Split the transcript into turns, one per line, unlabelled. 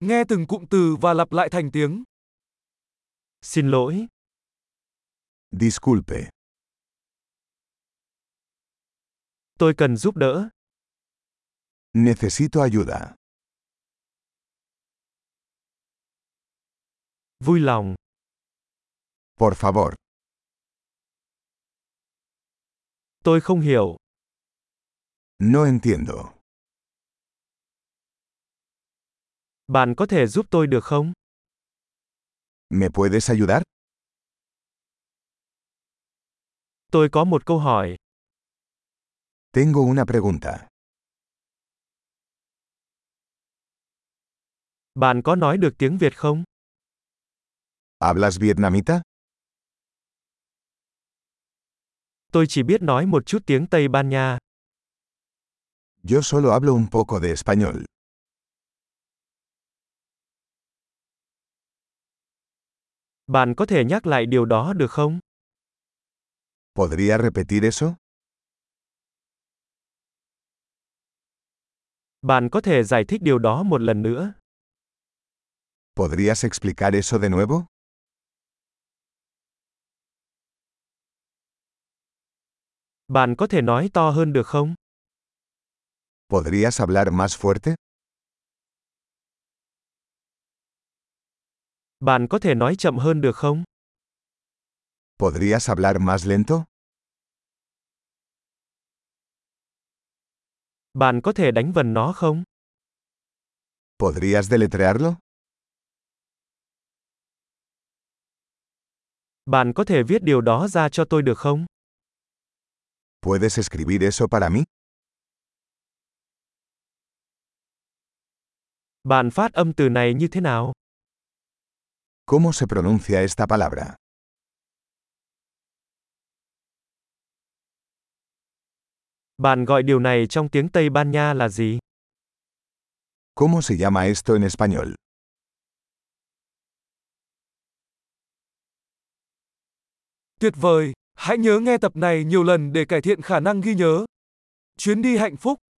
Nghe từng cụm từ và lặp lại thành tiếng.
Xin lỗi,
Disculpe,
tôi cần giúp đỡ,
necesito ayuda.
vui lòng,
Por favor,
tôi không hiểu,
no entiendo.
bạn có thể giúp tôi được không?
¿Me puedes ayudar?
Tôi có một câu hỏi,
Tengo una pregunta.
bạn có nói được tiếng Việt không?
¿Hablas vietnamita?
Tôi chỉ biết nói một chút tiếng Tây Ban Nha,
Yo solo hablo un poco de español.
bạn có thể nhắc lại điều đó được không?
¿Podría repetir eso?
Bạn có thể giải thích điều đó một lần nữa.
¿Podrías explicar eso de nuevo?
Bạn có thể nói to hơn được không?
¿Podrías hablar más fuerte?
Bạn có thể nói chậm hơn được không?
¿Podrías hablar más lento?
Bạn có thể đánh vần nó không?
¿Podrías deletrearlo?
Bạn có thể viết điều đó ra cho tôi được không?
¿Puedes escribir eso para mí?
Bạn phát âm từ này như thế nào?
¿Cómo se pronuncia esta palabra?
Bạn gọi điều này trong tiếng Tây Ban Nha là gì?
¿Cómo se llama esto en español?
Tuyệt vời! Hãy nhớ nghe tập này nhiều lần để cải thiện khả năng ghi nhớ. Chuyến đi hạnh phúc!